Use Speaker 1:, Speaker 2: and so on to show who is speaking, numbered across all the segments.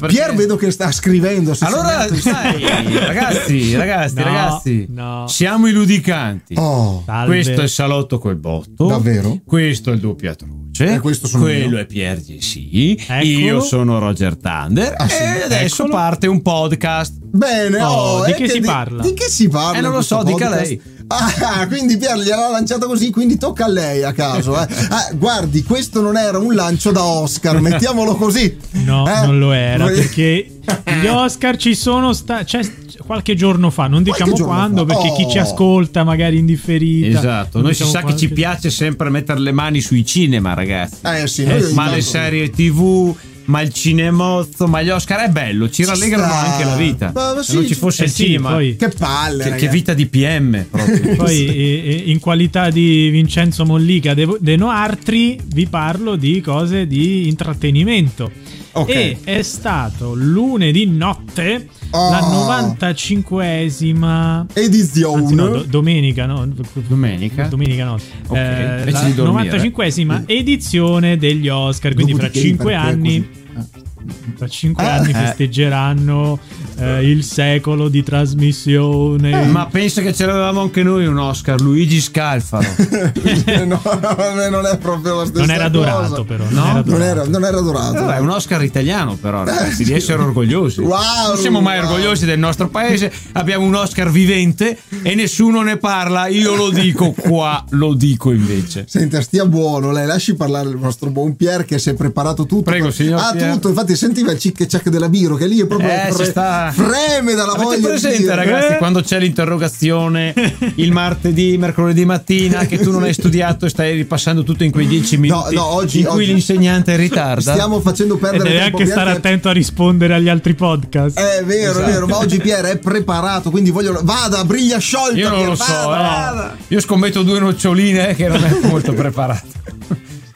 Speaker 1: Perché... Pier vedo che sta scrivendo.
Speaker 2: Allora, sai, ragazzi, ragazzi,
Speaker 3: No,
Speaker 2: ragazzi,
Speaker 3: no.
Speaker 2: siamo i ludicanti.
Speaker 1: Oh,
Speaker 3: Salve.
Speaker 2: Questo è Salotto col botto.
Speaker 1: Davvero?
Speaker 2: Questo è il doppia truce.
Speaker 1: E questo sono
Speaker 2: Quello
Speaker 1: io.
Speaker 2: è Pier Sì.
Speaker 3: Eccolo.
Speaker 2: Io sono Roger Thunder.
Speaker 1: Ah, sì?
Speaker 2: E adesso
Speaker 3: Eccolo.
Speaker 2: parte un podcast.
Speaker 1: bene.
Speaker 3: Oh,
Speaker 1: oh,
Speaker 3: di
Speaker 1: eh,
Speaker 3: che si parla?
Speaker 1: Di che si parla?
Speaker 2: Eh, non
Speaker 1: in
Speaker 2: lo
Speaker 1: questo
Speaker 2: so, dica
Speaker 1: podcast?
Speaker 2: lei.
Speaker 1: Ah, quindi Pier gliel'ha lanciato così, quindi tocca a lei a caso. eh. Ah, guardi, questo non era un lancio da Oscar, mettiamolo così.
Speaker 3: No,
Speaker 1: Eh?
Speaker 3: non lo era
Speaker 1: Vuoi-
Speaker 3: perché gli Oscar ci sono stati qualche giorno fa, non diciamo
Speaker 1: giorno
Speaker 3: quando
Speaker 1: fa.
Speaker 3: perché chi ci
Speaker 1: Oh.
Speaker 3: ascolta magari indifferita.
Speaker 2: Esatto.
Speaker 3: non
Speaker 2: Noi si
Speaker 3: diciamo
Speaker 2: sa che ci
Speaker 3: qualche-
Speaker 2: piace sempre mettere le mani sui cinema, ragazzi.
Speaker 1: Eh sì,
Speaker 2: Eh,
Speaker 1: noi
Speaker 2: ma
Speaker 1: ogni
Speaker 2: le
Speaker 1: tanto-
Speaker 2: serie tv, ma il cinemozzo, ma gli Oscar è bello, ci, rallegrano
Speaker 1: sta.
Speaker 2: anche la vita.
Speaker 1: Ma- ma
Speaker 2: Se
Speaker 1: sì,
Speaker 2: non ci
Speaker 1: ci-
Speaker 2: fosse
Speaker 3: Eh
Speaker 2: il
Speaker 3: sì,
Speaker 2: cinema,
Speaker 3: poi-
Speaker 1: Che palle,
Speaker 2: che, che
Speaker 1: ragazzi.
Speaker 2: vita di PM proprio.
Speaker 3: Poi eh, eh, in qualità di Vincenzo Mollica de, de Noartri vi parlo di cose di intrattenimento.
Speaker 1: Ok.
Speaker 3: E è stato lunedì notte la
Speaker 1: Oh.
Speaker 3: 95esima
Speaker 1: Edizione.
Speaker 3: Anzi, no, do- domenica, no?
Speaker 2: Domenica?
Speaker 3: Domenica no.
Speaker 2: Ok,
Speaker 3: Eh,
Speaker 2: invece
Speaker 3: la
Speaker 2: di dormire. Mm.
Speaker 3: 95esima edizione degli Oscar, quindi fra
Speaker 1: Dopodiché,
Speaker 3: 5
Speaker 1: perché è
Speaker 3: anni,
Speaker 1: così.
Speaker 3: fra cinque
Speaker 1: Ah,
Speaker 3: anni
Speaker 1: eh.
Speaker 3: festeggeranno eh, il secolo di trasmissione.
Speaker 2: Eh, Ma pensa che ce l'avevamo anche noi un Oscar, Luigi Scalfaro.
Speaker 1: Eh, no, no, non è proprio la stessa
Speaker 3: non era
Speaker 1: cosa.
Speaker 3: dorato però,
Speaker 2: No?
Speaker 1: Non
Speaker 3: non era dorato.
Speaker 1: era, non era dorato.
Speaker 2: Allora, è un Oscar italiano però, ragazzi, di essere orgogliosi.
Speaker 1: Eh, Wow,
Speaker 2: non siamo mai
Speaker 1: wow.
Speaker 2: orgogliosi del nostro paese, abbiamo un Oscar vivente e nessuno ne parla, io lo dico qua, lo dico invece.
Speaker 1: Senta, stia buono, lei lasci parlare il nostro buon Pier che si è preparato tutto.
Speaker 2: Prego, signor
Speaker 1: Ah,
Speaker 2: Pier.
Speaker 1: tutto, infatti sentiva il cic e ciac della Biro che lì è proprio
Speaker 2: Eh, ci sta.
Speaker 1: freme dalla
Speaker 2: Avete
Speaker 1: voglia. di
Speaker 2: presente,
Speaker 1: dire.
Speaker 2: ragazzi,
Speaker 3: Eh?
Speaker 2: quando c'è l'interrogazione il martedì, mercoledì mattina, che tu non hai studiato e stai ripassando tutto in quei dieci minuti
Speaker 1: no, oggi-
Speaker 2: in cui
Speaker 1: oggi-
Speaker 2: l'insegnante è in ritardo?
Speaker 1: Stiamo facendo
Speaker 3: E
Speaker 1: perdere
Speaker 3: deve
Speaker 1: tempo
Speaker 3: anche
Speaker 1: Pier,
Speaker 3: stare
Speaker 1: che-
Speaker 3: attento a rispondere agli altri
Speaker 2: Eh,
Speaker 3: podcast.
Speaker 1: È vero, è vero, ma oggi Pier è preparato, quindi voglio vada, briglia sciolta.
Speaker 2: Io non
Speaker 1: Pier,
Speaker 2: lo so,
Speaker 1: vada,
Speaker 2: eh.
Speaker 1: vada.
Speaker 2: io scommetto due noccioline eh, che non è molto preparato.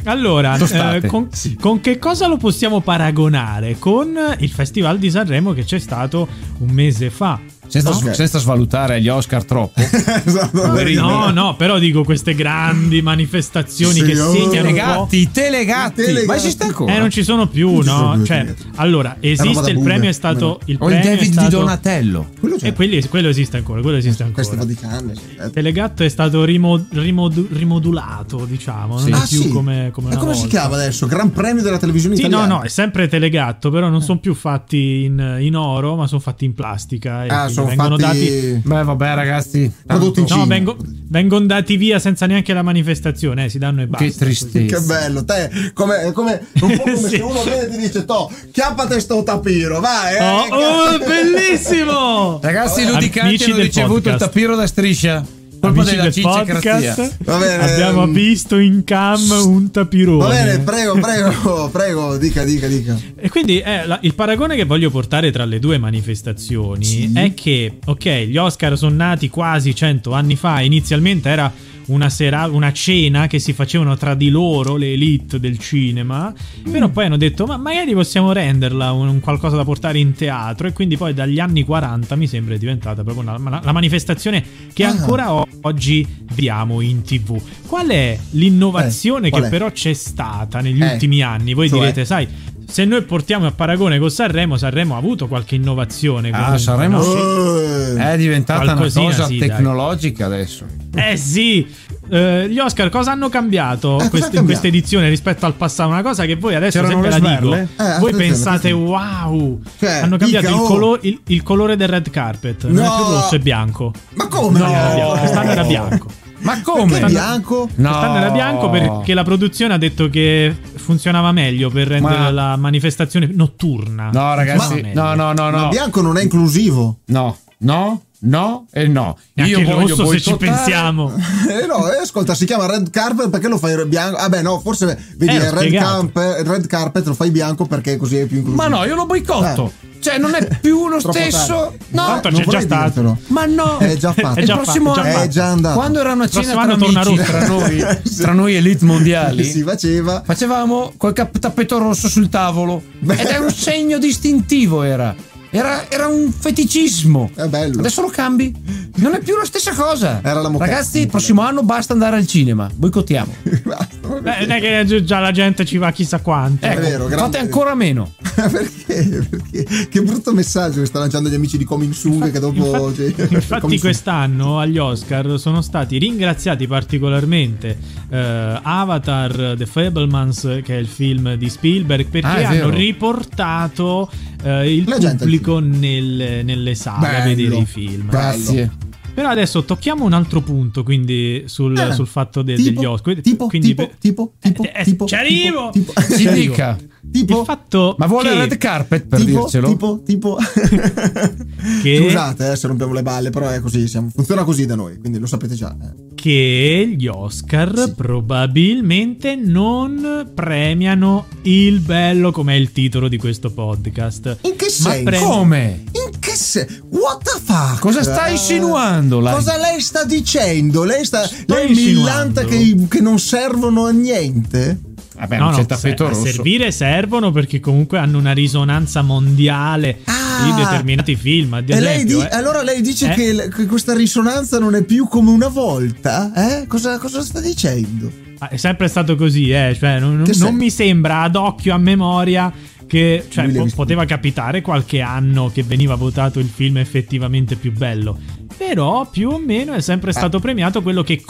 Speaker 3: Allora,
Speaker 2: Tostate.
Speaker 3: eh, con, con che cosa lo possiamo paragonare? Con il Festival di Sanremo che c'è stato un mese fa.
Speaker 2: Senza,
Speaker 1: Ok.
Speaker 2: senza svalutare gli Oscar troppo.
Speaker 1: Esatto.
Speaker 2: Poverino.
Speaker 3: No, no, però dico queste grandi manifestazioni
Speaker 1: Sì,
Speaker 3: che
Speaker 1: oh.
Speaker 3: segnano un po'.
Speaker 2: Telegatti, telegatti,
Speaker 1: Telegatti.
Speaker 2: ma esiste ancora?
Speaker 3: Eh, non ci sono più,
Speaker 1: Non ci sono
Speaker 3: no?
Speaker 1: più,
Speaker 3: cioè,
Speaker 1: sì.
Speaker 3: allora,
Speaker 1: roba da
Speaker 3: esiste il
Speaker 1: boomer,
Speaker 3: premio è stato il
Speaker 1: Oh,
Speaker 2: o il
Speaker 3: premio è
Speaker 2: David
Speaker 3: stato,
Speaker 2: di Donatello.
Speaker 1: Quello c'è.
Speaker 3: E quelli- quello esiste ancora, quello esiste
Speaker 1: cioè. Eh, Questo va
Speaker 3: ancora.
Speaker 1: di canne. aspetta.
Speaker 3: Telegatto è stato rimo- rimodu- rimodulato, diciamo,
Speaker 2: Sì.
Speaker 3: non è
Speaker 1: Ah,
Speaker 3: più
Speaker 1: sì.
Speaker 3: come, come
Speaker 1: Ma
Speaker 3: una
Speaker 1: come si
Speaker 3: volta.
Speaker 1: chiama adesso? Gran premio della televisione
Speaker 3: Sì,
Speaker 1: italiana.
Speaker 3: no, no, è sempre telegatto, però
Speaker 1: Eh.
Speaker 3: non sono più fatti in, in oro, ma sono fatti in plastica. e
Speaker 1: Ah,
Speaker 3: quindi
Speaker 1: sono
Speaker 3: eh, vengono dati.
Speaker 1: fatti
Speaker 2: Beh, vabbè, ragazzi,
Speaker 1: prodotti in Cina.
Speaker 3: No, vengo- vengono dati via senza neanche la manifestazione, eh, si danno e basta.
Speaker 2: che tristezza.
Speaker 1: Che bello, te come, come un po' come
Speaker 3: Sì.
Speaker 1: se uno viene e ti dice to, chiappate sto tapiro, vai. eh,
Speaker 3: Oh, oh,
Speaker 1: che-
Speaker 3: bellissimo!
Speaker 1: Ecco,
Speaker 2: Ragazzi, i
Speaker 3: Vabbè.
Speaker 2: ludicanti
Speaker 3: Amici
Speaker 2: hanno
Speaker 3: del
Speaker 2: ricevuto
Speaker 3: podcast.
Speaker 2: il tapiro da striscia. Colpa
Speaker 3: Amici
Speaker 2: della
Speaker 3: del
Speaker 2: cicicrazia.
Speaker 3: podcast,
Speaker 1: Va bene,
Speaker 3: abbiamo
Speaker 1: ehm,
Speaker 3: visto in cam un tapirone.
Speaker 1: Va bene, prego, prego, prego, dica, dica, dica.
Speaker 3: E quindi eh, la- il paragone che voglio portare tra le due manifestazioni
Speaker 1: Sì.
Speaker 3: è che, ok, gli Oscar sono nati quasi 100 anni fa, inizialmente era una, sera- una cena che si facevano tra di loro le elite del cinema, però poi hanno detto ma magari possiamo renderla un, un qualcosa da portare in teatro e quindi poi dagli anni 40 mi sembra è diventata proprio una- una- la manifestazione che
Speaker 1: Ah.
Speaker 3: ancora o- oggi vediamo in tv. Qual è l'innovazione
Speaker 1: Eh, qual
Speaker 3: che
Speaker 1: è?
Speaker 3: però c'è stata negli
Speaker 1: Eh,
Speaker 3: ultimi anni? Voi
Speaker 1: cioè?
Speaker 3: direte, sai, se noi portiamo a paragone con Sanremo, Sanremo ha avuto qualche innovazione.
Speaker 1: Ah,
Speaker 3: comunque,
Speaker 2: Sanremo
Speaker 3: no?
Speaker 2: sì.
Speaker 1: Eh,
Speaker 2: È diventata
Speaker 3: Qualcosina,
Speaker 2: una cosa
Speaker 3: sì, dai.
Speaker 2: tecnologica adesso.
Speaker 3: Eh sì, Eh, gli Oscar cosa hanno cambiato
Speaker 1: Eh, cosa
Speaker 3: quest-
Speaker 1: hanno
Speaker 3: in
Speaker 1: cambiato?
Speaker 3: questa edizione rispetto al passato? Una cosa che voi adesso
Speaker 2: C'erano
Speaker 3: sempre la
Speaker 2: le
Speaker 3: dico.
Speaker 2: sberle?
Speaker 1: Eh,
Speaker 3: voi
Speaker 1: attenzione,
Speaker 3: pensate,
Speaker 1: attenzione.
Speaker 3: wow,
Speaker 1: Cioè,
Speaker 3: hanno cambiato
Speaker 1: mica,
Speaker 3: il,
Speaker 1: oh.
Speaker 3: colo- il- il colore del red carpet.
Speaker 1: No.
Speaker 3: Non è più rosso, è bianco.
Speaker 1: Ma come?
Speaker 3: Quest'anno era bianco, Quest'anno era
Speaker 1: Perché
Speaker 3: bianco.
Speaker 2: Ma come?
Speaker 1: è bianco?
Speaker 2: No.
Speaker 3: Quest'anno era bianco perché la produzione ha detto che funzionava meglio per rendere
Speaker 2: Ma-
Speaker 3: la manifestazione notturna.
Speaker 2: No, ragazzi,
Speaker 3: Funzionava
Speaker 2: no,
Speaker 3: meglio.
Speaker 2: no, no,
Speaker 1: Ma
Speaker 2: no.
Speaker 1: bianco non è inclusivo.
Speaker 2: No, no, no e no.
Speaker 3: E anche il
Speaker 2: voglio
Speaker 3: rosso se ci
Speaker 2: boicottare-
Speaker 3: pensiamo.
Speaker 1: Eh no, eh, ascolta, si chiama red carpet perché lo fai bianco? Ah beh, no, forse vedi,
Speaker 3: Eh, l'ho
Speaker 1: il red,
Speaker 3: spiegato.
Speaker 1: camp- il red carpet lo fai bianco perché così è più inclusivo.
Speaker 2: Ma no, io lo boicotto. Cioè, non è più lo
Speaker 1: Eh. Troppo
Speaker 2: stesso.
Speaker 1: tardi.
Speaker 2: No,
Speaker 3: Tanto
Speaker 1: Eh, non
Speaker 3: c'è già
Speaker 1: vorrei
Speaker 3: stato.
Speaker 1: dirtelo.
Speaker 2: Ma no,
Speaker 1: È già fatto.
Speaker 3: È già
Speaker 2: il prossimo
Speaker 3: fatto, è
Speaker 2: anno-
Speaker 3: già fatto.
Speaker 1: È già andato.
Speaker 2: Quando era una cena tra,
Speaker 3: Prossimo anno torna
Speaker 2: amici,
Speaker 3: rosso.
Speaker 2: tra noi, tra noi elite mondiali,
Speaker 1: si faceva.
Speaker 2: facevamo quel cap- tappeto rosso sul tavolo.
Speaker 1: Beh.
Speaker 2: Ed era un segno distintivo, era. Era, era un feticismo.
Speaker 1: È bello.
Speaker 2: Adesso lo cambi. Non è più la stessa cosa.
Speaker 1: Era la moquette.
Speaker 2: Ragazzi, il prossimo anno basta andare al cinema. Boicottiamo.
Speaker 1: Basta,
Speaker 3: Beh, non è che già la gente ci va chissà quanto.
Speaker 2: Ecco,
Speaker 1: Eh, vero, grande.
Speaker 2: fate ancora meno.
Speaker 1: Perché? Perché? Che brutto messaggio che sta lanciando gli amici di Coming Soon che dopo...
Speaker 3: infatti,
Speaker 1: cioè,
Speaker 3: infatti
Speaker 1: Coming Soon.
Speaker 3: quest'anno agli Oscar sono stati ringraziati particolarmente eh, Avatar The Fablemans che è il film di Spielberg perché
Speaker 2: Ah, è
Speaker 3: hanno
Speaker 2: vero.
Speaker 3: riportato eh, il
Speaker 1: La gente al
Speaker 3: pubblico nelle, nelle sale a
Speaker 1: Bello.
Speaker 3: vedere i film
Speaker 1: Bello.
Speaker 2: Grazie.
Speaker 3: però adesso tocchiamo un altro punto quindi sul,
Speaker 1: Ah,
Speaker 3: sul fatto de-
Speaker 1: tipo,
Speaker 3: degli Oscar
Speaker 1: Tipo,
Speaker 3: Quindi
Speaker 1: tipo,
Speaker 3: per-
Speaker 1: tipo, tipo,
Speaker 3: eh, eh,
Speaker 1: tipo,
Speaker 3: ci
Speaker 1: tipo,
Speaker 3: arrivo!
Speaker 1: tipo-
Speaker 2: Ci
Speaker 1: tipo,
Speaker 2: dica.
Speaker 1: Tipo,
Speaker 3: il fatto
Speaker 2: Ma vuole
Speaker 3: che-
Speaker 2: la red carpet per
Speaker 1: tipo,
Speaker 2: dircelo?
Speaker 1: tipo, tipo.
Speaker 3: Che-
Speaker 1: Scusate eh, se rompiamo le balle, però è così, siamo- funziona così da noi, quindi lo sapete già. eh.
Speaker 3: che gli Oscar
Speaker 1: Sì.
Speaker 3: probabilmente non premiano il bello come è il titolo di questo podcast.
Speaker 1: In che
Speaker 3: Ma
Speaker 1: senso?
Speaker 3: prego.
Speaker 2: Come?
Speaker 1: In che senso? What the fuck?
Speaker 2: Cosa sta
Speaker 1: Eh,
Speaker 2: insinuando, lei?
Speaker 1: Cosa lei sta dicendo? Lei sta lei
Speaker 3: insinuando.
Speaker 1: millanta che, che non servono a niente?
Speaker 2: Vabbè, non c'è tappeto
Speaker 3: se- a
Speaker 2: rosso.
Speaker 3: servire servono perché comunque hanno una risonanza mondiale
Speaker 1: Ah!
Speaker 3: di determinati film. Ad
Speaker 1: E lei
Speaker 3: esempio,
Speaker 1: di-
Speaker 3: eh.
Speaker 1: allora lei dice
Speaker 3: Eh?
Speaker 1: che, l- che questa risonanza non è più come una volta? Eh? Cosa, cosa sta dicendo?
Speaker 3: Ah, è sempre stato così, eh, cioè, non, non-
Speaker 1: Che
Speaker 3: non
Speaker 1: se-
Speaker 3: mi sembra ad occhio, a memoria, che cioè,
Speaker 1: Lui l'ha
Speaker 3: po-
Speaker 1: visto.
Speaker 3: poteva capitare qualche anno che veniva votato il film effettivamente più bello. Però più o meno è
Speaker 1: Ah.
Speaker 3: sempre stato premiato quello che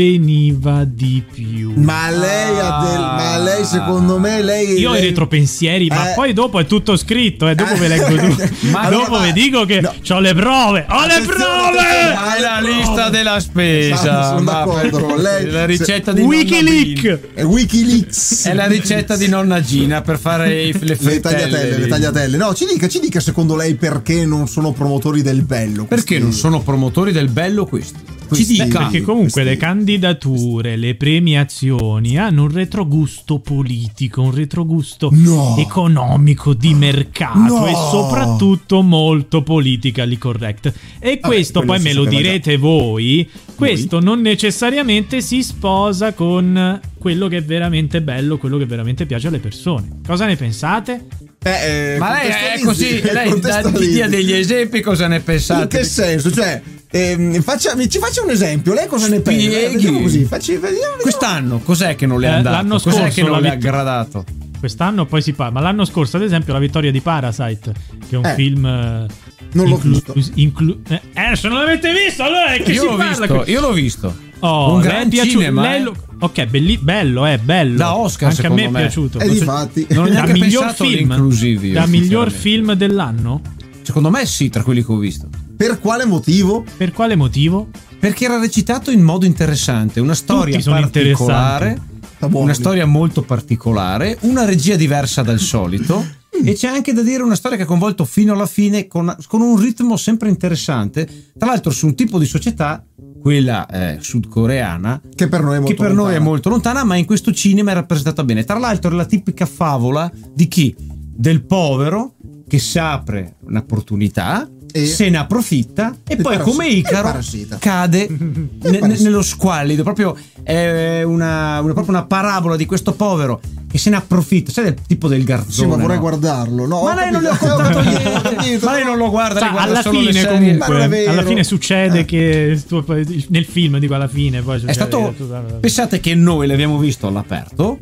Speaker 3: conveniva di più.
Speaker 1: Ma lei ha del.
Speaker 2: Ah.
Speaker 1: Ma lei, secondo me, lei.
Speaker 3: Io ho i
Speaker 1: lei-
Speaker 3: retropensieri, ma
Speaker 1: Eh.
Speaker 3: poi dopo è tutto scritto, e dopo ve leggo tu.
Speaker 1: Ma
Speaker 3: ma
Speaker 1: allora,
Speaker 3: dopo
Speaker 1: ma-
Speaker 3: vi dico che
Speaker 1: no.
Speaker 3: ho le prove, ho le
Speaker 1: Attenzione, attenzione,
Speaker 3: prove!
Speaker 2: Hai la
Speaker 1: Prova.
Speaker 2: lista della spesa.
Speaker 1: Esatto, sono
Speaker 2: ma
Speaker 1: d'accordo
Speaker 2: per-
Speaker 1: con lei.
Speaker 2: La ricetta di nonna Bill.
Speaker 3: Wikileaks!
Speaker 1: È Wikileaks.
Speaker 2: È la ricetta di nonna Gina per fare i- le frittelle.
Speaker 1: Le tagliatelle, le
Speaker 2: lì.
Speaker 1: tagliatelle. No, ci dica, ci dica secondo lei perché non sono promotori del bello. questi-
Speaker 2: Perché non sono promotori del bello questo? Ci
Speaker 1: Questi-
Speaker 2: dica.
Speaker 1: Beh,
Speaker 3: Perché comunque
Speaker 1: Questi-
Speaker 3: le candidature, le premiazioni hanno un retrogusto politico, un retrogusto
Speaker 1: No.
Speaker 3: economico di mercato
Speaker 1: No.
Speaker 3: e soprattutto molto politically correct. E questo
Speaker 1: quello
Speaker 3: poi
Speaker 1: si
Speaker 3: me lo
Speaker 1: sapeva già.
Speaker 3: direte voi, questo non necessariamente si sposa con quello che è veramente bello, quello che veramente piace alle persone. Cosa ne pensate?
Speaker 1: Eh, eh,
Speaker 2: Ma lei è
Speaker 1: contestualizzi,
Speaker 2: così, lei dà-
Speaker 1: contestualizzi.
Speaker 2: ti dia degli esempi, cosa ne
Speaker 1: In
Speaker 2: pensate?
Speaker 1: che senso? Cioè, ehm, facciami- ci faccia un esempio. Lei cosa ne pensa?
Speaker 2: Spieghi.
Speaker 1: Vediamo così. Facci, vediamo,
Speaker 2: Quest'anno cos'è che non le è
Speaker 3: Eh,
Speaker 2: andato?
Speaker 3: l'anno
Speaker 2: cos'è
Speaker 3: scorso
Speaker 2: che non
Speaker 3: la
Speaker 2: le ha
Speaker 3: vitt-
Speaker 2: gradato?
Speaker 3: Quest'anno poi si parla, ma l'anno scorso ad esempio la vittoria di Parasite, che è un
Speaker 1: Eh.
Speaker 3: film... eh,
Speaker 1: Non l'ho
Speaker 3: inclu-
Speaker 1: visto.
Speaker 3: inclu- eh, eh, se non l'avete visto, allora è che
Speaker 2: Io
Speaker 3: si
Speaker 2: l'ho
Speaker 3: parla
Speaker 2: visto,
Speaker 3: qui?
Speaker 2: io l'ho visto.
Speaker 3: Oh,
Speaker 2: un
Speaker 3: lei è
Speaker 2: gran
Speaker 3: piaciuto-
Speaker 2: cinema,
Speaker 3: lei
Speaker 2: eh.
Speaker 3: lo- Ok, belli- bello, è bello.
Speaker 2: Da Oscar,
Speaker 3: Anche a me è
Speaker 2: secondo me.
Speaker 3: piaciuto.
Speaker 1: E
Speaker 3: Non so-
Speaker 1: difatti-
Speaker 2: Non ho
Speaker 3: da
Speaker 2: neanche
Speaker 3: miglior
Speaker 2: pensato
Speaker 3: film,
Speaker 2: all'inclusive io,
Speaker 3: da miglior
Speaker 2: sinceramente.
Speaker 3: film dell'anno?
Speaker 2: Secondo me sì, tra quelli che ho visto.
Speaker 1: Per quale motivo?
Speaker 3: Per quale motivo?
Speaker 2: Perché era recitato in modo interessante, una storia
Speaker 3: sono
Speaker 2: particolare,
Speaker 1: Sta buono.
Speaker 2: una storia molto particolare, una regia diversa dal solito e c'è anche da dire una storia che ha coinvolto fino alla fine con, con un ritmo sempre interessante, tra l'altro su un tipo di società, quella eh, sudcoreana,
Speaker 1: Che per noi è molto
Speaker 2: che per noi è
Speaker 1: lontana.
Speaker 2: molto lontana, ma in questo cinema è rappresentata bene. Tra l'altro è la tipica favola di chi? Del povero che si apre un'opportunità,
Speaker 1: E-
Speaker 2: se ne approfitta e
Speaker 1: Il
Speaker 2: poi
Speaker 1: parassita.
Speaker 2: come
Speaker 1: Il
Speaker 2: Icaro
Speaker 1: parassita.
Speaker 2: cade ne- ne-
Speaker 1: parassita.
Speaker 2: nello squallido. Proprio è una, una- proprio una parabola di questo povero che se ne approfitta, sai del tipo del garzone.
Speaker 1: Sì, ma vorrei
Speaker 2: no?
Speaker 1: guardarlo. No,
Speaker 2: Ma lei non le ho contato niente. ma lei non lo guarda,
Speaker 3: Sa,
Speaker 2: lei guarda
Speaker 3: Cioè, alla
Speaker 2: solo le
Speaker 3: fine
Speaker 2: serie.
Speaker 1: Ma non è
Speaker 3: comunque,
Speaker 1: vero.
Speaker 3: alla fine succede
Speaker 1: Eh.
Speaker 3: che il tuo- nel film dico alla fine poi
Speaker 2: È
Speaker 3: succede-
Speaker 2: stato. Pensate che noi l'abbiamo visto all'aperto.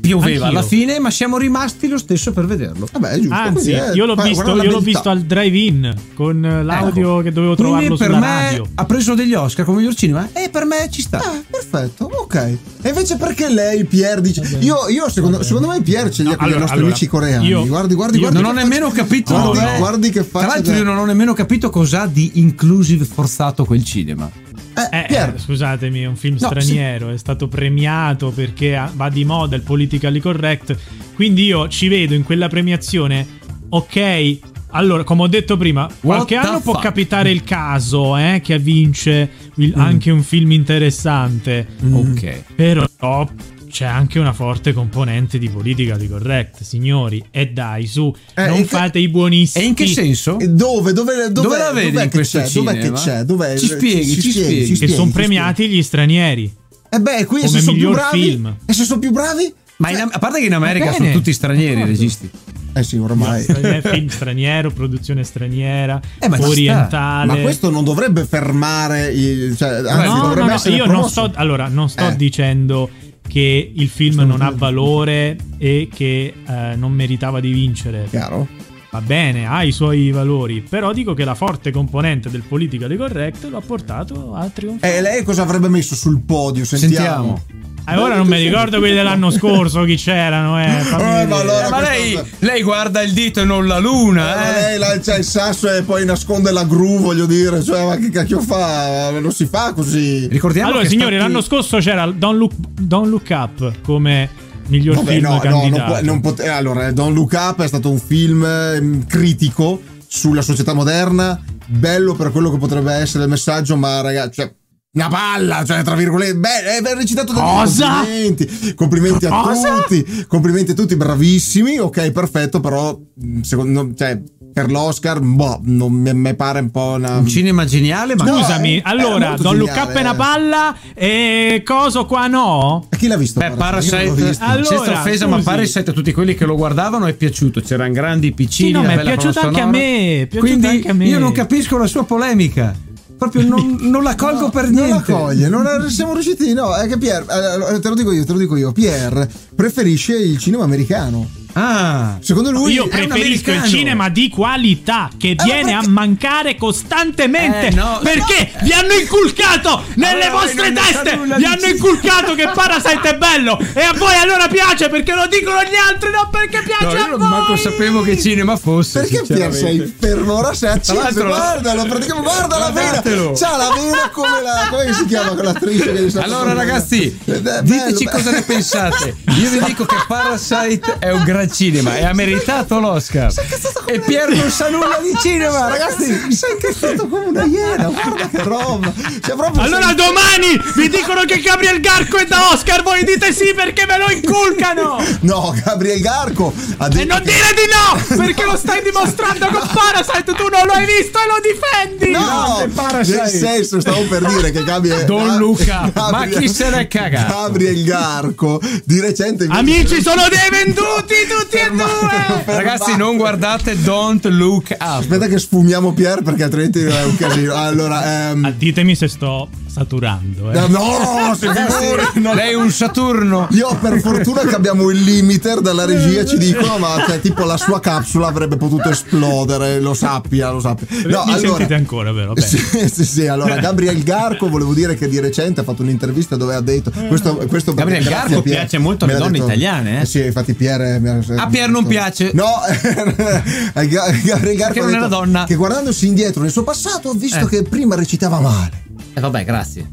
Speaker 2: Pioveva
Speaker 3: Anch'io.
Speaker 2: alla fine, ma siamo rimasti lo stesso per vederlo.
Speaker 1: Vabbè, è giusto.
Speaker 3: Anzi,
Speaker 1: così, eh.
Speaker 3: io l'ho
Speaker 1: Guarda
Speaker 3: visto,
Speaker 1: la
Speaker 3: io l'ho
Speaker 1: verità.
Speaker 3: visto al drive-in con eh, l'audio
Speaker 2: Ecco.
Speaker 3: che dovevo
Speaker 2: Quindi
Speaker 3: trovarlo
Speaker 2: per
Speaker 3: sulla
Speaker 2: me
Speaker 3: radio.
Speaker 2: ha preso degli Oscar come miglior cinema e per me ci sta.
Speaker 1: Ah, perfetto, ok. E invece perché lei, Pier, dice.
Speaker 3: bene.
Speaker 1: Io, io secondo,
Speaker 3: bene.
Speaker 1: secondo me, Pier ce li ha
Speaker 3: No,
Speaker 1: con i
Speaker 3: allora-
Speaker 1: nostri
Speaker 3: allora,
Speaker 1: amici coreani.
Speaker 3: io-
Speaker 1: guardi, guardi,
Speaker 3: io
Speaker 1: guardi.
Speaker 2: non ho
Speaker 1: che
Speaker 2: nemmeno
Speaker 1: faccia-
Speaker 2: capito
Speaker 1: Guardi,
Speaker 2: dov'è.
Speaker 1: guardi che
Speaker 2: Tra
Speaker 1: faccia.
Speaker 2: l'altro,
Speaker 1: da-
Speaker 2: io non ho nemmeno capito cos'ha di inclusive forzato quel cinema.
Speaker 1: Eh,
Speaker 3: Eh, eh,
Speaker 1: Pier,
Speaker 3: scusatemi, è un film
Speaker 2: No,
Speaker 3: straniero, è stato premiato perché ha- va di moda il politically correct. Quindi io ci vedo in quella premiazione, ok. Allora, come ho detto prima, qualche
Speaker 2: the
Speaker 3: anno può
Speaker 2: fuck? Mm.
Speaker 3: capitare il caso eh, che vince il- anche un film interessante.
Speaker 2: Ok.
Speaker 3: Però c'è anche una forte componente di politically correct, signori. E dai, su,
Speaker 1: Eh, in
Speaker 3: non
Speaker 1: che-
Speaker 3: fate i buonisti.
Speaker 2: E in che senso?
Speaker 1: e dove, dove, dove,
Speaker 2: Dove la vedi
Speaker 1: dov'è
Speaker 2: in
Speaker 1: che
Speaker 2: questo
Speaker 1: c'è? Dov'è che
Speaker 2: cinema?
Speaker 1: c'è? Dov'è?
Speaker 2: Ci spieghi, ci spieghi.
Speaker 1: ci
Speaker 3: Che
Speaker 1: spieghi,
Speaker 3: sono
Speaker 1: ci
Speaker 3: premiati gli stranieri.
Speaker 1: spieghi. E beh, qui
Speaker 3: come
Speaker 1: se sono più
Speaker 3: miglior
Speaker 1: bravi.
Speaker 3: film.
Speaker 1: E se sono più bravi?
Speaker 2: Ma in- a parte che in
Speaker 3: Va
Speaker 2: America
Speaker 3: bene.
Speaker 2: sono tutti stranieri i
Speaker 3: D'accordo.
Speaker 2: registi.
Speaker 1: Eh sì, ormai.
Speaker 3: Straniero, film straniero, produzione straniera,
Speaker 2: Eh, ma ci sta.
Speaker 3: orientale.
Speaker 1: Ma questo non dovrebbe fermare il. Cioè, anzi,
Speaker 3: no, no,
Speaker 1: dovrebbe
Speaker 3: no,
Speaker 1: essere
Speaker 3: io non
Speaker 1: promosso.
Speaker 3: sto, allora, non sto
Speaker 1: Eh.
Speaker 3: dicendo che il film
Speaker 1: Sono
Speaker 3: non ha
Speaker 1: d'accordo.
Speaker 3: valore e che eh, non meritava di vincere.
Speaker 1: Chiaro?
Speaker 3: Va bene, ha i suoi valori, però dico che la forte componente del politically correct lo ha portato a trionfare.
Speaker 1: E lei cosa avrebbe messo sul podio? Sentiamo.
Speaker 2: Sentiamo.
Speaker 3: Eh, ora non mi ricordo quelli dell'anno scorso chi c'erano, eh. fammi
Speaker 1: Eh, ma
Speaker 3: vedere.
Speaker 1: allora-
Speaker 2: ma lei, lei guarda il dito e non la
Speaker 1: Ma
Speaker 2: luna, eh?
Speaker 1: lei lancia il sasso e poi nasconde la gru, voglio dire, cioè, ma che cacchio fa? Non si fa così.
Speaker 2: Ricordiamo
Speaker 3: Allora,
Speaker 2: che
Speaker 3: signori,
Speaker 2: stati-
Speaker 3: l'anno scorso c'era Don't Look, Don't Look Up come miglior
Speaker 1: Vabbè,
Speaker 3: film
Speaker 1: no, no,
Speaker 3: candidato.
Speaker 1: non, può- non pote- eh, allora, Don Look Up è stato un film ehm, critico sulla società moderna, bello per quello che potrebbe essere il messaggio, ma ragazzi, cioè, una palla, cioè, tra virgolette, beh, è ben recitato da
Speaker 3: Cosa?
Speaker 1: Complimenti, complimenti a
Speaker 3: Cosa?
Speaker 1: tutti, complimenti a tutti, bravissimi, ok, perfetto, però mh, secondo no, cioè, per l'Oscar, boh, non mi, mi pare un po' una...
Speaker 2: Un cinema geniale, ma
Speaker 1: No, eh,
Speaker 3: Scusami,
Speaker 1: era
Speaker 3: allora,
Speaker 1: molto
Speaker 3: Don Look
Speaker 1: geniale,
Speaker 3: Up è una
Speaker 1: eh.
Speaker 3: palla e coso qua no?
Speaker 1: Chi l'ha visto?
Speaker 2: Beh,
Speaker 1: Io non l'ho
Speaker 2: Parasite,
Speaker 1: visto.
Speaker 3: Allora,
Speaker 2: senza offesa, ma
Speaker 3: scusi.
Speaker 2: Parasite a tutti quelli che lo guardavano è piaciuto. C'erano grandi piccini.
Speaker 3: Sì, no,
Speaker 2: una
Speaker 3: ma è
Speaker 2: bella
Speaker 3: piaciuto
Speaker 2: colonna
Speaker 3: anche a
Speaker 2: sonora.
Speaker 3: me, è piaciuto
Speaker 2: Quindi
Speaker 3: anche a me.
Speaker 2: io non capisco la sua polemica. Proprio non, non la colgo
Speaker 1: No,
Speaker 2: per
Speaker 1: Non la
Speaker 2: niente.
Speaker 1: coglie, non la- siamo riusciti. No, è che Pier, allora, te lo dico io, te lo dico io. Pier preferisce il cinema americano.
Speaker 2: Ah,
Speaker 1: Secondo lui
Speaker 3: Io
Speaker 1: è un
Speaker 3: preferisco il
Speaker 2: americano.
Speaker 3: cinema di qualità che
Speaker 1: ma
Speaker 3: viene
Speaker 1: perché-
Speaker 3: a mancare costantemente
Speaker 2: Eh, no,
Speaker 3: perché vi hanno inculcato nelle
Speaker 2: Allora,
Speaker 3: vostre
Speaker 2: non ne sa
Speaker 3: teste,
Speaker 2: nulla
Speaker 3: vi
Speaker 2: di
Speaker 3: hanno
Speaker 2: cinema.
Speaker 3: inculcato che Parasite è bello e a voi allora piace perché lo dicono gli altri, non perché
Speaker 2: no,
Speaker 3: piace
Speaker 2: io
Speaker 3: a
Speaker 2: non
Speaker 3: voi.
Speaker 2: manco sapevo che cinema fosse.
Speaker 1: Perché Pier sei
Speaker 2: sinceramente.
Speaker 1: fermo? Ora sei acceso.
Speaker 2: l'altro-
Speaker 1: Guardalo, praticamente guarda la vena.
Speaker 2: Guardatelo.
Speaker 1: C'ha la vena come la. Come si chiama quell'attrice che gli sta
Speaker 2: Allora
Speaker 1: facendo-
Speaker 2: ragazzi,
Speaker 1: Ed
Speaker 3: Eh,
Speaker 1: è bello,
Speaker 2: diteci
Speaker 1: bello.
Speaker 2: cosa ne pensate. Io vi dico che Parasite è un gran cinema e ha meritato l'Oscar. E Pier non sa nulla di cinema, ragazzi.
Speaker 1: Sei incazzato come una iena, guarda che roba. Cioè, proprio
Speaker 3: Allora
Speaker 1: sei-
Speaker 3: domani vi dicono che Gabriel Garco è da Oscar, voi dite sì perché ve lo inculcano!
Speaker 1: No, Gabriel Garco ha detto.
Speaker 3: E non
Speaker 1: che-
Speaker 3: dire di no! Perché lo stai dimostrando con Parasite, tu non lo hai visto e lo difendi!
Speaker 1: No,
Speaker 2: Grande Parasite.
Speaker 1: nel senso stavo per dire che Gabriel
Speaker 2: Don
Speaker 1: Gab-
Speaker 2: Luca, ma chi se n'è cagato?
Speaker 1: Gabriel Garco di recente invece-
Speaker 3: Amici, sono dei venduti tutti e due!
Speaker 2: Ragazzi, non guardate Don't Look Up.
Speaker 1: Aspetta che sfumiamo Pier perché altrimenti è un casino. Allora, ehm,
Speaker 3: Ditemi se sto saturando, eh.
Speaker 1: no, no, si figuri, no.
Speaker 2: Lei è un Saturno.
Speaker 1: Io per fortuna che abbiamo il limiter dalla regia ci dicono ma cioè, tipo la sua capsula avrebbe potuto esplodere, lo sappia, lo sappia. No,
Speaker 3: Mi
Speaker 1: allora,
Speaker 3: sentite ancora, vero? Bene.
Speaker 1: Sì, sì, sì, allora Gabriel Garco volevo dire che di recente ha fatto un'intervista dove ha detto questo, questo
Speaker 2: Eh,
Speaker 1: perché
Speaker 2: Gabriel
Speaker 1: grazie
Speaker 2: Garco
Speaker 1: a Pier-
Speaker 2: piace molto alle
Speaker 1: me l'ha
Speaker 2: donne italiane, eh.
Speaker 1: Sì, infatti Pierre mi ha-
Speaker 2: A Pier non piace.
Speaker 1: No, eh, Ga- Gabriel Garco
Speaker 2: Perché
Speaker 1: ha
Speaker 2: non era
Speaker 1: detto
Speaker 2: donna.
Speaker 1: Che guardandosi indietro nel suo passato ho visto
Speaker 2: Eh.
Speaker 1: che prima recitava male.
Speaker 2: E Eh, vabbè, grazie.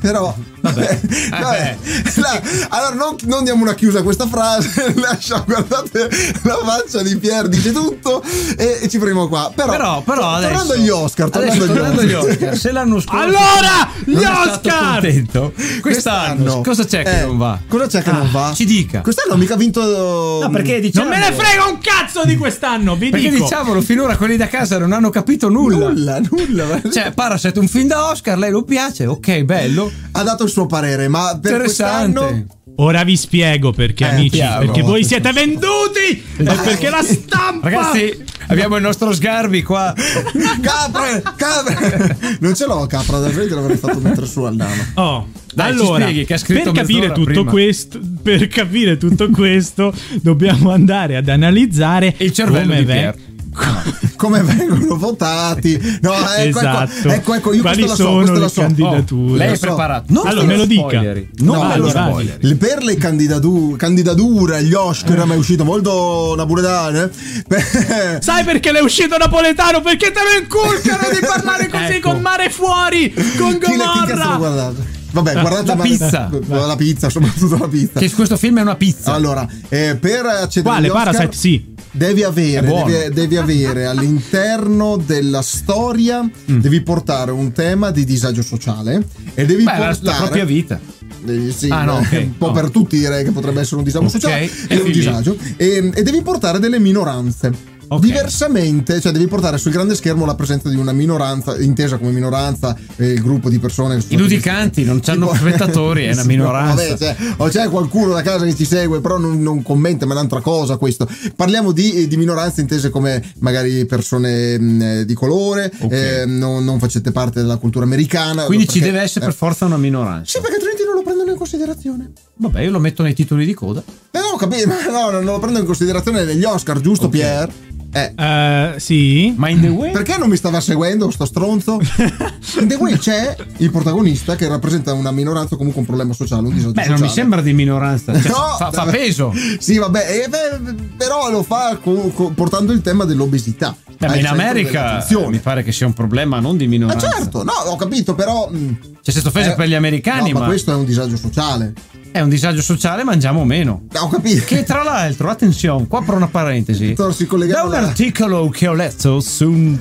Speaker 1: Però eh, vabbè,
Speaker 2: Eh, Vabbè.
Speaker 1: La- allora non, non diamo una chiusa a questa frase, lascia guardate la faccia di Pier dice tutto e, e ci fermiamo qua. Però,
Speaker 2: Però, però adesso.
Speaker 1: tornando agli Oscar, tornando
Speaker 2: adesso,
Speaker 1: agli
Speaker 2: tornando agli
Speaker 1: Oscar.
Speaker 2: Oscar, Se l'anno scorso.
Speaker 3: Allora, gli
Speaker 2: non è stato
Speaker 3: Oscar!
Speaker 2: contento, quest'anno. Cosa c'è che
Speaker 1: eh,
Speaker 2: non va? Ah,
Speaker 1: Cosa c'è che non va?
Speaker 2: ci dica.
Speaker 1: Quest'anno ha mica vinto. mm,
Speaker 2: No, perché
Speaker 3: Non
Speaker 2: diciamo.
Speaker 3: me ne frega un cazzo di quest'anno, vi
Speaker 2: Perché
Speaker 3: dico!
Speaker 2: diciamolo, finora quelli da casa non hanno capito nulla.
Speaker 1: Nulla, nulla.
Speaker 2: Cioè, Parasite è un film da Oscar, lei lo piace, ok, bello.
Speaker 1: Ha dato il suo parere, ma per quest'anno.
Speaker 2: Interessante.
Speaker 3: Ora vi spiego perché,
Speaker 1: Eh,
Speaker 3: amici,
Speaker 2: spiego.
Speaker 3: perché voi siete venduti! E perché la stampa!
Speaker 2: Ragazzi, abbiamo il nostro sgarbi qua.
Speaker 1: Capre, capre. Non ce l'ho capra, da te l'avrei fatto mettere su al nano.
Speaker 3: Oh,
Speaker 2: Dai, ci
Speaker 3: allora,
Speaker 2: spieghi che ha scritto
Speaker 3: per, capire
Speaker 2: mezz'ora
Speaker 3: tutto
Speaker 2: prima.
Speaker 3: questo, per capire tutto questo, dobbiamo andare ad analizzare
Speaker 2: Il cervello
Speaker 3: come
Speaker 2: di
Speaker 3: ve-
Speaker 2: Pier.
Speaker 1: Come vengono votati? No, ecco,
Speaker 3: Esatto.
Speaker 1: ecco, ecco, ecco, io
Speaker 3: Quali
Speaker 1: questa la so,
Speaker 3: sono
Speaker 1: questa
Speaker 3: le
Speaker 1: la so.
Speaker 3: candid-
Speaker 2: Oh,
Speaker 3: Candidatura.
Speaker 2: lei
Speaker 1: Lo
Speaker 2: è
Speaker 1: so.
Speaker 2: preparato.
Speaker 3: Allora, me lo dica.
Speaker 2: spoileri.
Speaker 3: No,
Speaker 2: Non
Speaker 1: No,
Speaker 2: fate
Speaker 1: allora,
Speaker 2: spoileri.
Speaker 1: le- per le candidatu- candidature agli Oscar mi è uscito molto napoletano. eh.
Speaker 3: Sai perché l'è uscito napoletano? Perché te lo inculcano di parlare così
Speaker 2: Ecco.
Speaker 3: con mare fuori, con
Speaker 1: Chi l'ha- chi cazzo l'ha
Speaker 3: Gomorra.
Speaker 1: guardato? Vabbè, guardate
Speaker 2: la
Speaker 1: male-
Speaker 2: pizza.
Speaker 1: La pizza, soprattutto la pizza.
Speaker 2: Che questo film è una pizza.
Speaker 1: Allora, eh, per accedere
Speaker 3: Quale?
Speaker 1: agli Oscar,
Speaker 3: Parasite? Sì.
Speaker 1: Devi avere,
Speaker 2: È buono.
Speaker 1: devi, devi avere all'interno della storia,
Speaker 2: Mm.
Speaker 1: devi portare un tema di disagio sociale e devi
Speaker 2: Beh, la,
Speaker 1: portare
Speaker 2: la propria vita.
Speaker 1: eh, sì,
Speaker 2: Ah, no, ok,
Speaker 1: un po'
Speaker 2: no.
Speaker 1: per tutti direi che potrebbe essere un disagio
Speaker 2: Ok,
Speaker 1: sociale
Speaker 2: e
Speaker 1: è un
Speaker 2: quindi-
Speaker 1: disagio e, e devi portare delle minoranze
Speaker 2: Ok.
Speaker 1: diversamente cioè devi portare sul grande schermo la presenza di una minoranza intesa come minoranza eh, il gruppo di persone che
Speaker 2: I
Speaker 1: sono-
Speaker 2: ludicanti non hanno
Speaker 1: Tipo-
Speaker 2: spettatori, è una
Speaker 1: Sì,
Speaker 2: minoranza.
Speaker 1: vabbè, cioè, o c'è qualcuno da casa che ci segue, però non, non commenta, ma è un'altra cosa questo. Parliamo di, di minoranze intese come magari persone mh, eh, di colore,
Speaker 2: Ok.
Speaker 1: eh, non, non facete parte della cultura americana.
Speaker 2: Quindi ci
Speaker 1: perché-
Speaker 2: deve essere
Speaker 1: eh,
Speaker 2: per forza una minoranza.
Speaker 1: sì, perché altrimenti non lo prendono in considerazione.
Speaker 2: Vabbè, io lo metto nei titoli di coda.
Speaker 1: Eh no, capì, ma no, non lo prendo in considerazione degli Oscar, giusto
Speaker 2: Ok.
Speaker 1: Pierre? Eh,
Speaker 3: Eh, sì.
Speaker 2: Ma in the way.
Speaker 1: perché non mi stava seguendo sto stronzo? In The Way c'è il protagonista che rappresenta una minoranza o comunque un problema sociale, un disagio
Speaker 2: Beh,
Speaker 1: sociale.
Speaker 2: non mi sembra di minoranza. cioè,
Speaker 1: No,
Speaker 2: fa, fa
Speaker 1: vabbè.
Speaker 2: peso.
Speaker 1: Sì, vabbè, eh, beh, però lo fa co- co- portando il tema dell'obesità.
Speaker 2: Beh, ma
Speaker 1: al
Speaker 2: in
Speaker 1: centro delle
Speaker 2: America
Speaker 1: attenzioni.
Speaker 2: mi pare che sia un problema non di
Speaker 1: Ma
Speaker 2: minoranza.
Speaker 1: certo, no, ho capito, però. mm,
Speaker 2: Cioè, se sto offesa
Speaker 1: eh,
Speaker 2: per gli americani,
Speaker 1: no, ma
Speaker 2: ma,
Speaker 1: questo è un disagio sociale.
Speaker 2: è un disagio sociale, mangiamo meno.
Speaker 1: No, ho capito.
Speaker 2: Che tra l'altro, attenzione, qua per una parentesi.
Speaker 1: Torsi
Speaker 2: Da
Speaker 1: collegato
Speaker 2: un
Speaker 1: alla-
Speaker 2: articolo che ho letto su un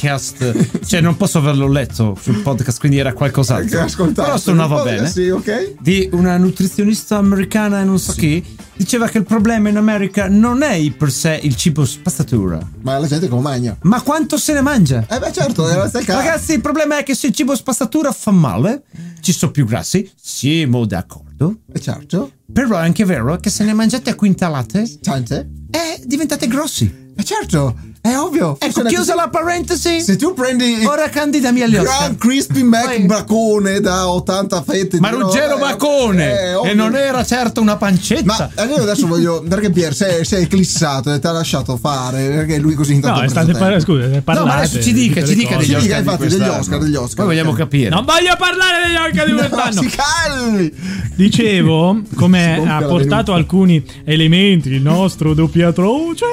Speaker 2: podcast, cioè non posso averlo letto sul podcast, quindi era
Speaker 1: che
Speaker 2: qualcos'altro.
Speaker 1: ascoltato.
Speaker 2: Però suonava bene.
Speaker 1: Oh, Sì, ok.
Speaker 2: Di una nutrizionista americana e non so chi. Diceva che il problema in America non è per sé il cibo spazzatura,
Speaker 1: Ma la gente come magna.
Speaker 2: ma quanto se ne mangia.
Speaker 1: Eh beh, certo, era il caso.
Speaker 2: Ragazzi, il problema è che se il cibo spazzatura fa male, ci sono più grassi, siamo d'accordo.
Speaker 1: Eh, certo.
Speaker 2: Però è anche vero che se ne mangiate a quintalate,
Speaker 1: Tante.
Speaker 2: eh, diventate grossi.
Speaker 1: Eh certo, è ovvio.
Speaker 2: Ecco,
Speaker 1: Se ne-
Speaker 2: chiusa la parentesi.
Speaker 1: Se tu prendi il
Speaker 2: Ora candidami agli Oscar.
Speaker 1: Gran Crispy Mac
Speaker 2: Vai.
Speaker 1: Bracone da 80 fette.
Speaker 2: Ma
Speaker 1: di roba,
Speaker 2: Ruggero
Speaker 1: eh, eh,
Speaker 2: Bacone!
Speaker 1: ovvio.
Speaker 2: e non era certo una
Speaker 1: Ma
Speaker 2: pancetta.
Speaker 1: allora adesso voglio. Perché Pier sei, sei clissato e ti ha lasciato fare. Perché lui così intanto.
Speaker 3: No,
Speaker 1: ha preso
Speaker 3: state
Speaker 1: tempo.
Speaker 3: parlando. Scusa, parlate.
Speaker 2: no, ma adesso ci
Speaker 3: di
Speaker 2: dica,
Speaker 3: tutte
Speaker 2: ci
Speaker 3: le
Speaker 2: dica
Speaker 3: cose.
Speaker 2: degli
Speaker 1: Ci
Speaker 2: Oscar.
Speaker 1: dica, infatti,
Speaker 2: di
Speaker 1: degli
Speaker 2: quest'anno.
Speaker 1: Oscar, degli Oscar,
Speaker 2: Poi vogliamo
Speaker 1: ok.
Speaker 2: capire.
Speaker 3: Non voglio parlare degli Oscar di
Speaker 1: No,
Speaker 3: quest'anno.
Speaker 1: si calmi.
Speaker 3: Dicevo,
Speaker 1: Si
Speaker 3: come
Speaker 1: gonfia
Speaker 3: ha
Speaker 1: la
Speaker 3: portato alcuni elementi il nostro doppiatroce,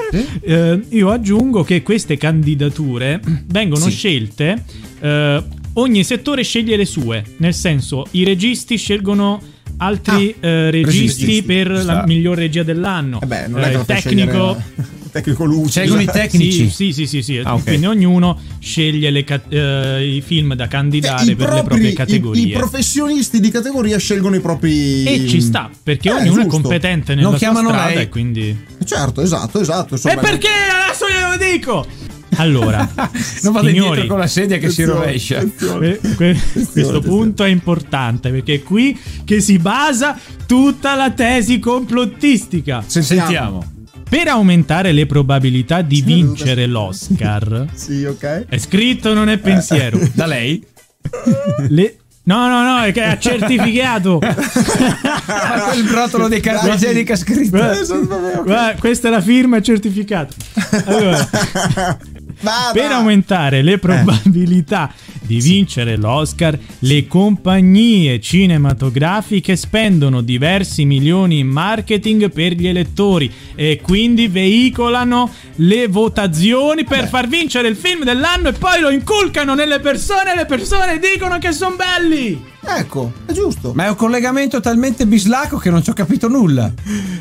Speaker 3: eh, io aggiungo che queste candidature vengono
Speaker 2: Sì.
Speaker 3: scelte. eh, ogni settore sceglie le sue, nel senso, i registi scelgono. Altri
Speaker 1: Ah,
Speaker 3: eh, registi,
Speaker 2: registi,
Speaker 3: per
Speaker 2: ci
Speaker 3: la
Speaker 2: sta.
Speaker 3: miglior regia dell'anno,
Speaker 1: Eh beh, non è
Speaker 3: Eh,
Speaker 1: che lo
Speaker 3: il
Speaker 1: puoi
Speaker 3: tecnico,
Speaker 1: scegliere- Tecnico luce.
Speaker 2: Scelgono i tecnici.
Speaker 3: Sì, sì, sì, sì. sì.
Speaker 2: Ah, ok.
Speaker 3: Quindi ognuno sceglie le ca- eh, i film da candidare
Speaker 1: Cioè, Eh, I
Speaker 3: per le proprie
Speaker 1: propri- I,
Speaker 3: categorie.
Speaker 1: i professionisti di categoria scelgono i propri.
Speaker 3: e ci sta, perché
Speaker 1: Eh,
Speaker 3: ognuno è
Speaker 1: giusto.
Speaker 3: competente nella
Speaker 2: Non
Speaker 3: sua
Speaker 2: chiamano
Speaker 3: strada
Speaker 2: lei.
Speaker 3: e quindi...
Speaker 1: Certo, esatto, esatto.
Speaker 3: E
Speaker 1: insomma,
Speaker 3: perché adesso glielo dico? Allora,
Speaker 2: Non vado indietro
Speaker 3: signori,
Speaker 2: con la sedia che si
Speaker 1: attenzione,
Speaker 2: rovescia.
Speaker 1: attenzione.
Speaker 3: que- que- questo punto è importante perché è qui che si basa tutta la tesi complottistica.
Speaker 2: Sentiamo.
Speaker 3: Per aumentare le probabilità di
Speaker 1: Sì, Luca.
Speaker 3: vincere l'Oscar,
Speaker 1: Sì, ok.
Speaker 3: è scritto non è pensiero.
Speaker 1: Eh.
Speaker 2: Da lei?
Speaker 3: Le- No, no, no, è che ha certificato.
Speaker 2: Ma quel brotolo di carta
Speaker 1: Dai.
Speaker 2: igienica
Speaker 3: Eh.
Speaker 2: scritto.
Speaker 1: Eh,
Speaker 3: Guarda, questa è la firma, è certificato. Allora,
Speaker 1: Vada.
Speaker 3: per aumentare
Speaker 1: Eh.
Speaker 3: le probabilità di vincere l'Oscar, le compagnie cinematografiche spendono diversi milioni in marketing per gli elettori e quindi veicolano le votazioni per far vincere il film dell'anno e poi lo inculcano nelle persone e le persone dicono che sono belli.
Speaker 1: Ecco, è giusto.
Speaker 2: Ma è un collegamento talmente bislacco che non ci ho capito nulla.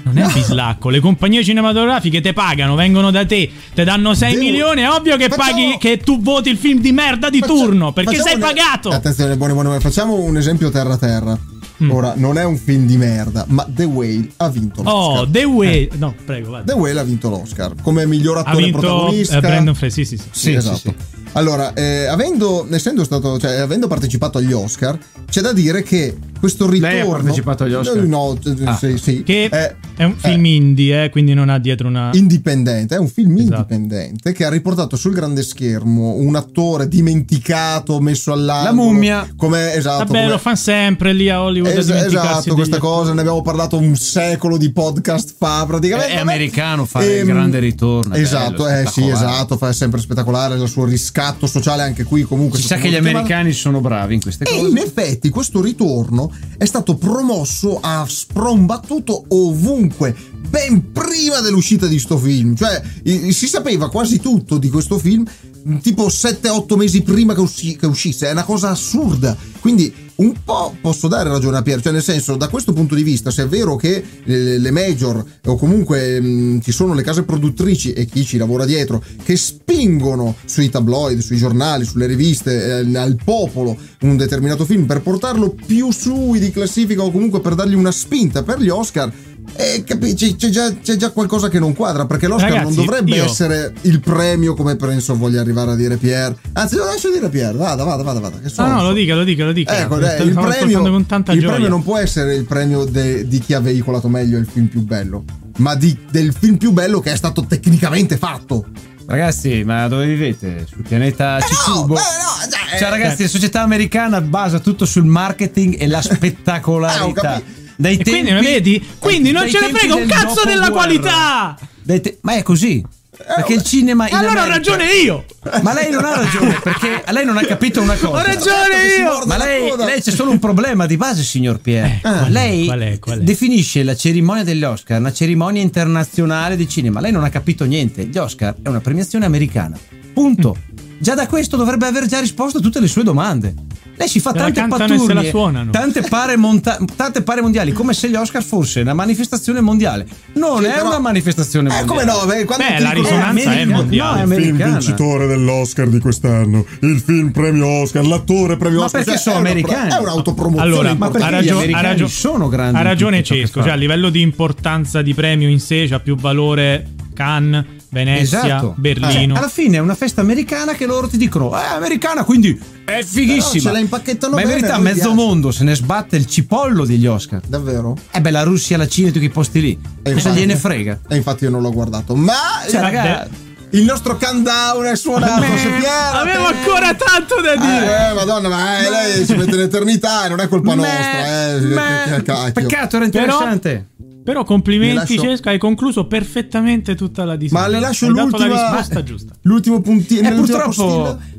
Speaker 3: Non è bislacco, le compagnie cinematografiche te pagano, vengono da te, te danno 6
Speaker 1: Devo-
Speaker 3: milioni, è ovvio che
Speaker 1: Facciamo-
Speaker 3: paghi che tu voti il film di merda di
Speaker 1: Faccia-
Speaker 3: turno, perché
Speaker 1: facciamo
Speaker 3: sei
Speaker 1: un-
Speaker 3: pagato.
Speaker 1: Attenzione, buoni, buoni, buoni. facciamo un esempio terra-terra.
Speaker 3: Mm.
Speaker 1: Ora, non è un film di merda, ma The Whale ha vinto l'Oscar.
Speaker 3: Oh, The Way.
Speaker 2: Eh.
Speaker 3: No, prego, vada.
Speaker 1: The Whale ha vinto l'Oscar come miglior
Speaker 3: Ha
Speaker 1: attore
Speaker 3: vinto
Speaker 1: protagonista.
Speaker 3: eh, Brandon Fraser, sì, sì. sì.
Speaker 1: Sì, esatto. Allora, eh, avendo, essendo stato, cioè, avendo partecipato agli Oscar, c'è da dire che questo ritorno.
Speaker 2: Lei ha partecipato agli Oscar?
Speaker 1: No, no,
Speaker 2: Ah.
Speaker 1: sì, sì.
Speaker 3: Che
Speaker 1: Eh,
Speaker 3: è un film
Speaker 1: eh,
Speaker 3: indie, eh, quindi non ha dietro
Speaker 2: Ah.
Speaker 3: una...
Speaker 1: indipendente, è un film
Speaker 3: Esatto.
Speaker 1: indipendente che ha riportato sul grande schermo un attore dimenticato, messo all'angolo.
Speaker 2: La mummia.
Speaker 1: Come, esatto,
Speaker 3: Vabbè,
Speaker 1: come-
Speaker 3: Ah, lo fanno sempre lì a Hollywood. a
Speaker 1: Es-
Speaker 3: dimenticarsi
Speaker 1: esatto,
Speaker 3: degli-
Speaker 1: questa cosa ne abbiamo parlato un secolo di podcast fa praticamente.
Speaker 2: È
Speaker 1: Vabbè.
Speaker 2: americano fare il
Speaker 1: Ehm,
Speaker 2: grande ritorno, è
Speaker 1: Esatto,
Speaker 2: bello,
Speaker 1: eh sì,
Speaker 2: spettacolare.
Speaker 1: esatto, fa è sempre spettacolare il suo riscatto sociale anche qui comunque.
Speaker 2: Si sa
Speaker 1: sotto
Speaker 2: che gli
Speaker 1: molti chiamati.
Speaker 2: americani sono bravi in queste
Speaker 1: E
Speaker 2: cose.
Speaker 1: in effetti questo ritorno è stato promosso a sprombattuto ovunque, ben prima dell'uscita di sto film. Cioè, i- si sapeva quasi tutto di questo film, mh, tipo 7-8 mesi prima che, usci- che uscisse. È una cosa assurda. Quindi. Un po' posso dare ragione a Pier, cioè nel senso da questo punto di vista se è vero che eh, le, le major o comunque mh, ci sono le case produttrici e chi ci lavora dietro che spingono sui tabloid, sui giornali, sulle riviste, eh, al popolo un determinato film per portarlo più su di classifica o comunque per dargli una spinta per gli Oscar. E capisci, c'è già, c'è già qualcosa che non quadra perché l'Oscar non
Speaker 3: Ragazzi,
Speaker 1: dovrebbe
Speaker 3: io-
Speaker 1: essere il premio come penso voglia arrivare a dire Pier. Anzi, lo lascio dire Pier, vada, vada, vada, vada. Che
Speaker 3: No, Ah, no,
Speaker 1: sonso.
Speaker 3: lo dica, lo dica, lo dica.
Speaker 1: Ecco,
Speaker 3: Lo
Speaker 1: eh,
Speaker 3: stavo
Speaker 1: il,
Speaker 3: ascoltando
Speaker 1: premio,
Speaker 3: con tanta
Speaker 1: il
Speaker 3: gioia.
Speaker 1: premio non può essere il premio de- di chi ha veicolato meglio il film più bello, ma di- del film più bello che è stato tecnicamente fatto.
Speaker 2: Ragazzi, ma dove vivete? Sul pianeta
Speaker 1: Eh no,
Speaker 2: Cicubo?
Speaker 1: eh no, eh,
Speaker 2: Cioè, ragazzi, la società americana basa tutto sul marketing e la spettacolarità.
Speaker 1: Ah, ho capito.
Speaker 2: Dai
Speaker 3: Eh, E quindi,
Speaker 2: tempi-
Speaker 3: vedi? Quindi non
Speaker 2: dai
Speaker 3: ce ne
Speaker 2: tempi
Speaker 3: frega un
Speaker 2: del
Speaker 3: cazzo della
Speaker 2: dopoguerra.
Speaker 3: qualità!
Speaker 2: Dai te- ma è così. Perché il cinema. in
Speaker 3: Eh, Allora ho
Speaker 2: America-
Speaker 3: ragione io!
Speaker 2: Ma lei non ha ragione, perché lei non ha capito una cosa.
Speaker 3: Ho
Speaker 1: Certo
Speaker 3: ragione io!
Speaker 2: Ma lei, lei c'è solo un problema di base, signor Pierre.
Speaker 3: Eh, qual è,
Speaker 2: lei
Speaker 3: qual è, qual è?
Speaker 2: definisce la cerimonia degli Oscar una cerimonia internazionale di cinema. Lei non ha capito niente. Gli Oscar è una premiazione americana. Punto.
Speaker 3: Mm.
Speaker 2: Già da questo dovrebbe aver già risposto a tutte le sue domande. Lei si fa
Speaker 3: Se la
Speaker 2: tante
Speaker 3: cantano e se
Speaker 2: paturnie,
Speaker 3: la suonano.
Speaker 2: tante pare, monta- tante pare mondiali, come se gli Oscar fosse una manifestazione mondiale. Non
Speaker 1: Sì,
Speaker 2: è
Speaker 1: però-
Speaker 2: una manifestazione
Speaker 1: Eh,
Speaker 2: mondiale.
Speaker 1: come no? Beh, quando
Speaker 3: Beh,
Speaker 1: ti
Speaker 3: la
Speaker 1: dicono-
Speaker 2: È
Speaker 3: risonanza è
Speaker 2: americana.
Speaker 3: mondiale.
Speaker 2: Eh, No, è
Speaker 4: Il film
Speaker 2: americana.
Speaker 4: vincitore dell'Oscar di quest'anno, il film premio Oscar, l'attore premio
Speaker 2: Ma
Speaker 4: Oscar.
Speaker 2: perché
Speaker 1: Cioè,
Speaker 2: sono
Speaker 1: è una-
Speaker 2: americani?
Speaker 1: È un'autopromozione.
Speaker 3: Allora,
Speaker 2: ma perché
Speaker 3: ha
Speaker 2: gli
Speaker 3: ragio- ha
Speaker 2: americani
Speaker 3: ragio-
Speaker 2: sono grandi
Speaker 3: Ha
Speaker 2: in
Speaker 3: ragione
Speaker 2: tutto ciò che
Speaker 3: Cesco, cioè a
Speaker 2: fanno.
Speaker 3: livello di importanza di premio in sé c'ha più valore Cannes, Venezia,
Speaker 2: Esatto.
Speaker 3: Berlino.
Speaker 2: Cioè, alla fine è una festa americana che loro ti dicono: "Eh, è americana, quindi è
Speaker 1: Però
Speaker 2: fighissima.
Speaker 1: ce la impacchettano
Speaker 2: Ma in
Speaker 1: bene,
Speaker 2: verità,
Speaker 1: a noi
Speaker 2: mezzo
Speaker 1: piace.
Speaker 2: mondo se ne sbatte il cipollo degli Oscar.
Speaker 1: Davvero?
Speaker 2: Eh beh, la Russia, la Cina e tutti quei posti lì.
Speaker 1: E
Speaker 2: Cosa
Speaker 1: Eh, infatti-
Speaker 2: gliene frega?
Speaker 1: E infatti io non l'ho guardato. Ma
Speaker 3: Eh,
Speaker 2: Cioè,
Speaker 1: il-
Speaker 2: raga,
Speaker 1: il nostro countdown è suonato. se Piero-
Speaker 3: Avevo ancora tanto da dire!
Speaker 1: Eh, eh, madonna, ma eh, lei ci mette l'eternità, non è colpa nostra. Eh,
Speaker 2: Meh,
Speaker 1: che- che cacchio.
Speaker 2: peccato, era
Speaker 3: Però-
Speaker 2: interessante.
Speaker 3: Però complimenti
Speaker 1: Mi lascio-
Speaker 3: Cesco, hai concluso perfettamente tutta la discussione.
Speaker 1: Ma le lascio
Speaker 3: Hai dato
Speaker 1: l'ultima.
Speaker 3: la risposta giusta.
Speaker 1: L'ultimo puntino.
Speaker 2: Eh, purtroppo,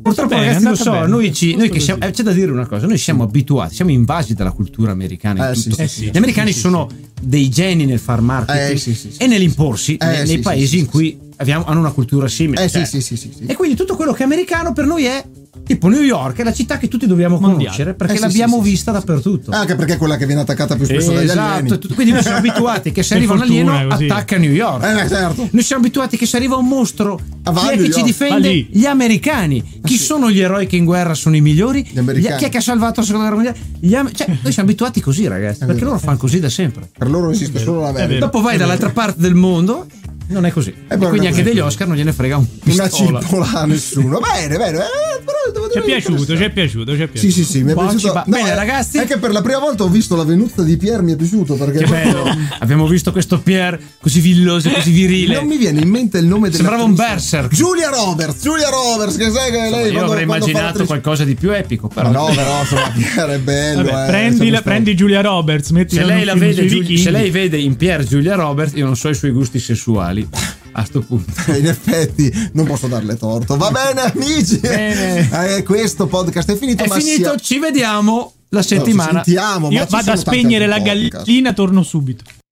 Speaker 2: purtroppo
Speaker 3: Andata
Speaker 2: ragazzi,
Speaker 3: bene,
Speaker 2: lo
Speaker 3: andata
Speaker 2: so,
Speaker 3: bene.
Speaker 2: noi, ci, noi che
Speaker 3: Giusto
Speaker 2: siamo,
Speaker 3: così.
Speaker 2: eh, c'è da dire una cosa, noi siamo abituati, siamo invasi dalla cultura americana. in
Speaker 1: Eh, sì,
Speaker 2: tutto.
Speaker 1: sì,
Speaker 3: sì,
Speaker 2: Gli americani
Speaker 3: sì, sì,
Speaker 2: sono dei geni nel far marketing
Speaker 1: Eh, sì, sì, sì,
Speaker 2: e nell'imporsi
Speaker 1: Eh,
Speaker 2: nei, nei
Speaker 1: sì, sì,
Speaker 2: paesi
Speaker 1: sì,
Speaker 2: in
Speaker 1: sì,
Speaker 2: cui abbiamo- hanno una cultura simile.
Speaker 1: Eh
Speaker 2: cioè.
Speaker 1: sì, sì, sì, sì, sì.
Speaker 2: E quindi tutto quello che è americano per noi è tipo New York, è la città che tutti dobbiamo
Speaker 3: Mondiale.
Speaker 2: conoscere perché
Speaker 1: Eh, sì,
Speaker 2: l'abbiamo
Speaker 1: sì, sì, Ah,
Speaker 2: vista dappertutto.
Speaker 1: Anche perché è quella che viene attaccata più spesso dagli
Speaker 2: Esatto,
Speaker 1: alieni.
Speaker 2: tut- quindi noi siamo abituati che se
Speaker 3: Per
Speaker 2: arriva un alieno
Speaker 3: fortuna è così.
Speaker 2: attacca New York.
Speaker 1: Eh, beh, certo.
Speaker 2: Noi siamo abituati che se arriva un mostro,
Speaker 1: Ah, va
Speaker 2: chi è
Speaker 1: a New
Speaker 2: che ci
Speaker 1: York.
Speaker 3: Va
Speaker 2: difende?
Speaker 3: lì.
Speaker 2: Gli americani. Chi sono gli eroi che in guerra sono i migliori? Gli-
Speaker 1: americani.
Speaker 2: Chi è che ha salvato la seconda guerra mondiale? Gli am- cioè, noi siamo abituati così, ragazzi, perché
Speaker 1: vero.
Speaker 2: loro fanno così da sempre.
Speaker 1: Per loro esiste solo la
Speaker 3: È vero.
Speaker 1: merda.
Speaker 2: Dopo vai dall'altra parte del mondo, non è così. E
Speaker 1: proprio
Speaker 2: quindi anche
Speaker 1: così.
Speaker 2: degli Oscar non gliene frega un
Speaker 1: Eh, Una
Speaker 2: pistola.
Speaker 1: cipolla a nessuno. Bene, bene. eh, però devo dire
Speaker 3: Ci è piaciuto,
Speaker 1: interessante.
Speaker 3: ci è piaciuto, ci è piaciuto.
Speaker 1: Sì, sì, sì, mi è
Speaker 2: Buon
Speaker 1: piaciuto.
Speaker 2: cibo- Bene,
Speaker 1: eh,
Speaker 2: ragazzi.
Speaker 1: È che per la prima volta ho visto la venuta di Pier, mi è piaciuto perché
Speaker 2: Che bello. Abbiamo visto questo Pierre così villoso, così virile.
Speaker 1: non mi viene in mente il nome della
Speaker 2: Sembrava un berserk.
Speaker 1: Giulia Roberts, Giulia Roberts, che sai che lei
Speaker 2: Io
Speaker 1: quando-
Speaker 2: avrei
Speaker 1: quando fa
Speaker 2: immaginato
Speaker 1: l'attrice-
Speaker 2: qualcosa di più epico, però.
Speaker 1: Ma no, però insomma, Pier è bello,
Speaker 3: Vabbè,
Speaker 1: eh,
Speaker 3: prendi,
Speaker 1: siamo
Speaker 3: la- prendi Giulia Roberts, metti
Speaker 2: se lei, la vede, Giul- se lei vede in Pier Giulia Robert, io non so i suoi gusti sessuali. A sto punto.
Speaker 1: stati- In effetti, non posso darle torto. Va bene, amici.
Speaker 2: Bene.
Speaker 1: Eh, questo podcast è finito.
Speaker 2: È
Speaker 1: ma
Speaker 2: finito,
Speaker 1: sia-
Speaker 2: ci vediamo la
Speaker 1: No, ci
Speaker 2: settimana.
Speaker 1: sentiamo. ma
Speaker 3: Io
Speaker 1: ci
Speaker 3: vado a
Speaker 1: sono tanti
Speaker 3: spegnere la
Speaker 1: altri podcast.
Speaker 3: gallina, torno subito.